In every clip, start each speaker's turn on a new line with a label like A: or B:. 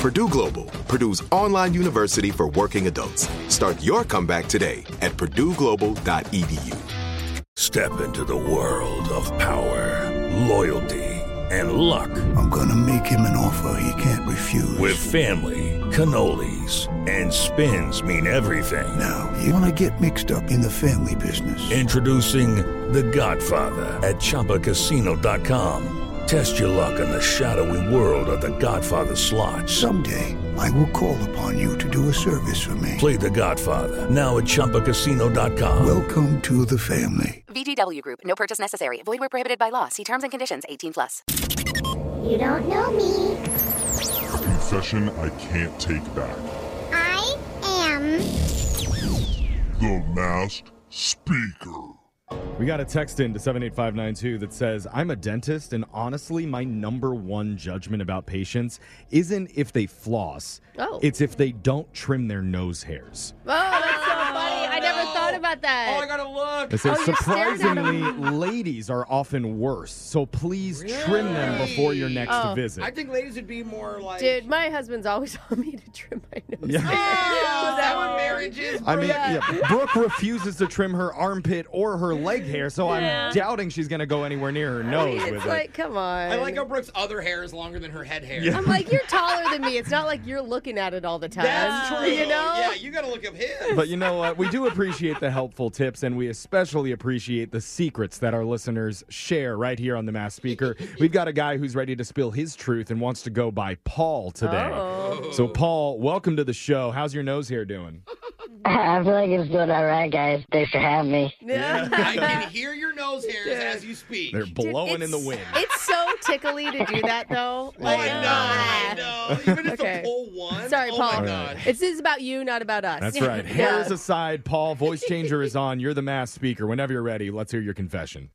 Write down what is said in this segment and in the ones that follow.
A: Purdue Global, Purdue's online university for working adults. Start your comeback today at purdueglobal.edu.
B: Step into the world of power, loyalty, and luck.
C: I'm going to make him an offer he can't refuse.
B: With family, cannolis, and spins mean everything.
C: Now, you want to get mixed up in the family business.
B: Introducing The Godfather at ChumbaCasino.com. Test your luck in the shadowy world of the Godfather slot.
C: Someday, I will call upon you to do a service for me.
B: Play the Godfather, now at Chumpacasino.com.
C: Welcome to the family.
D: VGW Group, no purchase necessary. Void where prohibited by law. See terms and conditions 18 plus.
E: You don't know me.
F: A confession I can't take back.
E: I am.
F: The Masked Speaker.
G: We got a text in to 78592 that says, I'm a dentist, and honestly, my number one judgment about patients isn't if they floss,
H: Oh.
G: it's if they don't trim their nose hairs.
H: Oh, that's so funny. I never thought about that.
I: Oh
H: Uh,
G: They say,
H: you're staring oh, at 'em.
G: surprisingly, ladies are often worse, so please trim them before your next
H: Oh.
G: visit.
I: I think ladies would be more like.
H: Dude, my husband's always on me to trim my nose.
G: Yeah.
H: Oh,
I: Is that what marriage is?
G: I mean,
I: Brooke?
G: yeah. Brooke refuses to trim her armpit or her leg hair, so
H: Yeah.
G: I'm doubting she's going to go anywhere near her nose
H: It's
G: with
H: like,
G: it.
H: come on.
I: I like how Brooke's other hair is longer than her head hair.
G: Yeah.
H: I'm like, you're taller than me. It's not like you're looking at it all the time.
I: That's true.
H: You know?
I: Yeah, you gotta look up his.
G: But you know what? We do appreciate the helpful tips, and we especially appreciate the secrets that our listeners share right here on the Mass Speaker. We've got a guy who's ready to spill his truth and wants to go by Paul today.
H: Oh.
G: So, Paul, welcome to the show. How's your nose hair doing?
J: I feel like it's doing all right, guys. Thanks for having me.
I: I can hear your nose hairs
H: Dude.
I: as you speak.
G: They're
H: Dude,
G: blowing in the
H: it's-
G: wind.
H: It's so tickly to do that, though. uh,
I: Oh, I know, I know. Even if
H: Okay.
I: the poll one.
H: Sorry,
I: oh
H: Paul.
I: my god.
H: It's this is about you, not about us.
G: That's right. Hairs aside, Paul, voice changer is on. You're the Mass Speaker. Whenever you're ready, let's hear your confession.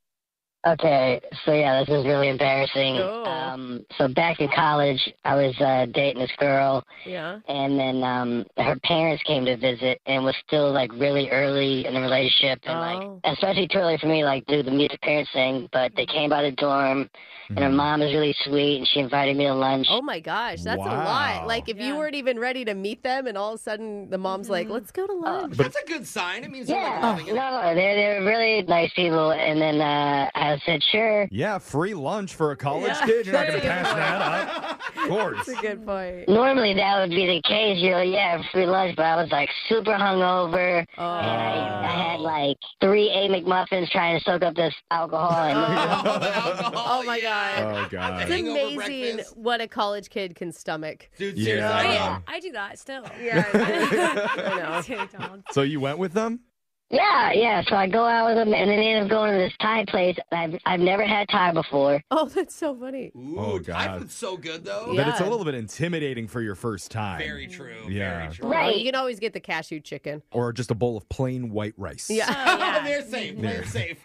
J: Okay, so yeah, this is really embarrassing.
H: Oh.
J: Um, so back in college, I was uh, dating this girl,
H: Yeah.
J: and then um, her parents came to visit, and was still like really early in the relationship, and
H: Oh.
J: like especially too early for me, like do the meet the parents thing. But they came by the dorm, and her mom was really sweet, and she invited me to lunch.
H: Oh my gosh, that's a
G: Wow.
H: lot. Like if you weren't even ready to meet them, and all of a sudden the mom's like, "Let's go to lunch."
I: That's a good sign. It means they're like
J: Yeah,
H: Oh,
I: loving it.
J: no, they're they're really nice people, and then uh, I said sure.
G: Yeah, free lunch for a college kid. You're not going to pass that up. Of course.
H: That's a good point.
J: Normally that would be the case, you know, yeah, free lunch, but I was like super hungover.
H: Oh.
J: I had like three A McMuffins trying to soak up this alcohol. And,
I: Oh, the alcohol,
H: Oh my god.
G: Oh, God.
H: It's
I: hangover
H: amazing
I: breakfast.
H: what a college kid can stomach.
I: Dude,
G: Yeah.
I: seriously.
G: Oh, yeah.
I: I know.
K: I do that still.
H: Yeah. I know.
G: So you went with them?
J: yeah, yeah. So I go out with them, and then they end up going to this Thai place. I've I've never had Thai before.
H: Oh, that's so funny.
I: Ooh,
G: Oh,
I: I
G: God.
I: feel so good though.
H: Yeah.
G: But it's a little bit intimidating for your first time.
I: Very true.
G: Yeah.
I: Very true.
H: Right.
J: Right.
H: Oh, you can always get the cashew chicken.
G: Or just a bowl of plain white rice.
H: Yeah.
I: Oh, they're safe. They're safe.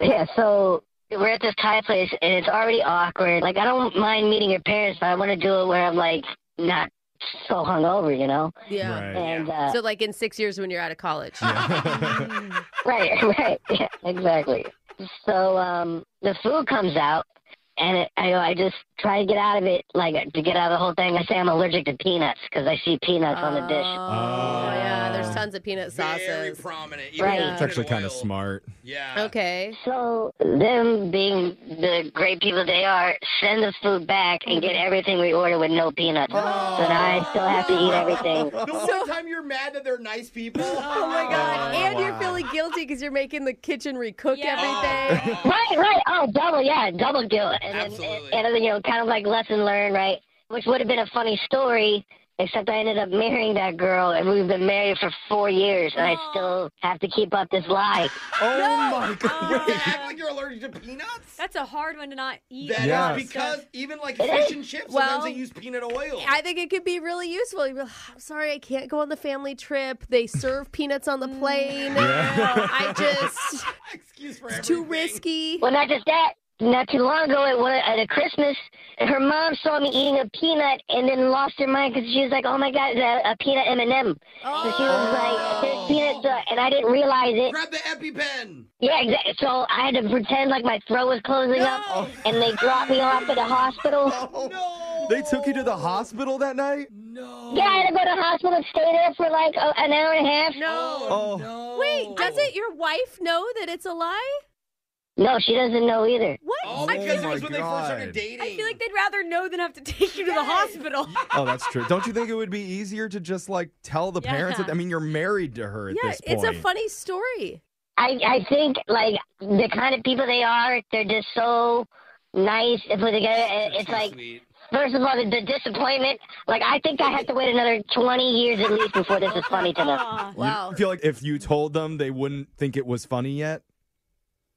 J: Yeah. So we're at this Thai place, and it's already awkward. Like I don't mind meeting your parents, but I want to do it where I'm like not so hungover, you know.
H: Yeah.
G: Right.
J: And uh,
H: So like in six years when you're out of college. Oh,
J: Right, right, yeah, exactly. So um, the food comes out, and it, I, I just try to get out of it, like to get out of the whole thing. I say I'm allergic to peanuts because I see peanuts on the dish.
H: Oh, yeah. There's tons of peanut
I: Very
H: sauces.
I: prominent.
J: Right.
G: It's actually kind of smart.
I: Yeah.
H: Okay.
J: So them being the great people they are, send the food back and get everything we order with no peanuts. So now I still have to eat everything.
I: The one time you're mad that they're nice people.
H: Oh my god! and you're feeling guilty because you're making the kitchen recook
K: Yeah.
H: everything.
J: Right, right. Oh, double, yeah, double guilt. And then,
I: Absolutely.
J: and, and, you know, kind of like lesson learned, right? Which would have been a funny story, except I ended up marrying that girl, and we've been married for four years, and I still have to keep up this lie.
G: Oh my god!
I: You act like you're allergic to peanuts?
K: That's a hard one to not eat.
I: That is
G: Yeah.
I: because even like fish and chips,
H: Well,
I: sometimes they use peanut oil.
H: I think it could be really useful. You'd be like, I'm sorry, I can't go on the family trip. They serve peanuts on
G: Mm.
H: the plane. I just
I: Excuse for
H: it's too
I: everything.
H: risky.
J: Well, not just that. Not too long ago, at, one, at a Christmas, her mom saw me eating a peanut and then lost her mind because she was like, "Oh my God, it's a, a peanut M and m So she was like, "There's peanuts," uh, and I didn't realize it.
I: Grab the EpiPen.
J: Yeah, exactly. So I had to pretend like my throat was closing up, and they dropped me off at the hospital.
I: No.
G: They took you to the hospital that night.
I: No.
J: Yeah, I had to go to the hospital and stay there for like a, an hour and a half.
H: No.
G: Oh.
I: no.
H: Wait, doesn't your wife know that it's a lie?
J: No, she doesn't know either.
H: What?
I: Oh,
H: I
I: because it
G: my
I: was when they first started
G: God.
I: dating.
K: I feel like they'd rather know than have to take you to the hospital.
G: Oh, that's true. Don't you think it would be easier to just like tell the parents?
K: Yeah.
G: That, I mean, you're married to her at
H: yeah,
G: this point.
H: it's a funny story.
J: I I think like the kind of people they are, they're just so nice and put together. and It's like
I: Sweet.
J: First of all, the, the disappointment. Like, I think I have to wait another 20 years at least before this is funny to them.
K: Aw.
G: You
H: Wow.
G: feel like if you told them, they wouldn't think it was funny yet.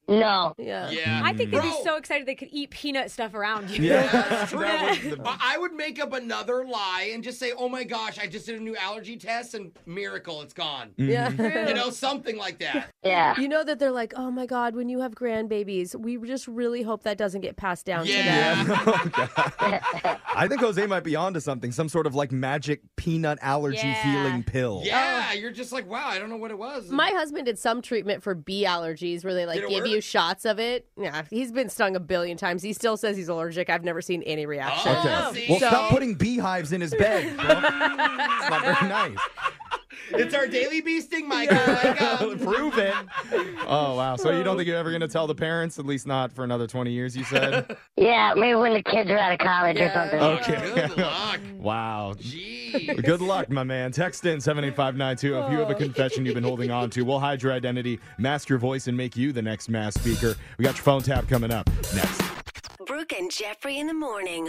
J: No.
H: Yeah.
I: Yeah.
K: I think they'd
I: Bro,
K: be so excited they could eat peanut stuff around you.
I: that's true.
K: Yeah.
I: I I would make up another lie and just say, "Oh my gosh, I just did a new allergy test and miracle, it's gone."
H: Yeah.
I: You know, something like that.
J: Yeah.
H: Mm-hmm. You know that they're like, oh my God, when you have grandbabies, we just really hope that doesn't get passed down to them.
I: Yeah.
G: Oh, I think Jose might be onto something. Some sort of like magic peanut allergy
K: Yeah.
G: healing pill.
I: Yeah, you're just like, wow, I don't know what it was.
H: My husband did some treatment for bee allergies where they like
I: Did it
H: give
I: work?
H: you shots of it. Yeah, he's been stung a billion times. He still says he's allergic. I've never seen any reaction.
G: Okay.
I: Oh,
G: well,
I: see?
G: stop putting beehives in his bed. bro. it's not very nice.
I: it's our daily bee sting, Michael. Like, um,
G: Prove it. Oh wow. So you don't think you're ever gonna tell the parents? At least not for another 20 years. You said.
J: Yeah, maybe when the kids are out of college or
H: Yeah.
J: something.
G: okay.
I: Good luck.
G: Wow.
I: Gee.
G: Good luck, my man. Text in 78592 if you
I: Oh.
G: have a confession you've been holding on to. We'll hide your identity, mask your voice, and make you the next mass speaker. We got your phone tap coming up next.
D: Brooke and Jeffrey in the morning.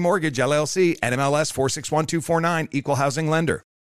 L: Mortgage, LLC, NMLS 461249, Equal Housing Lender.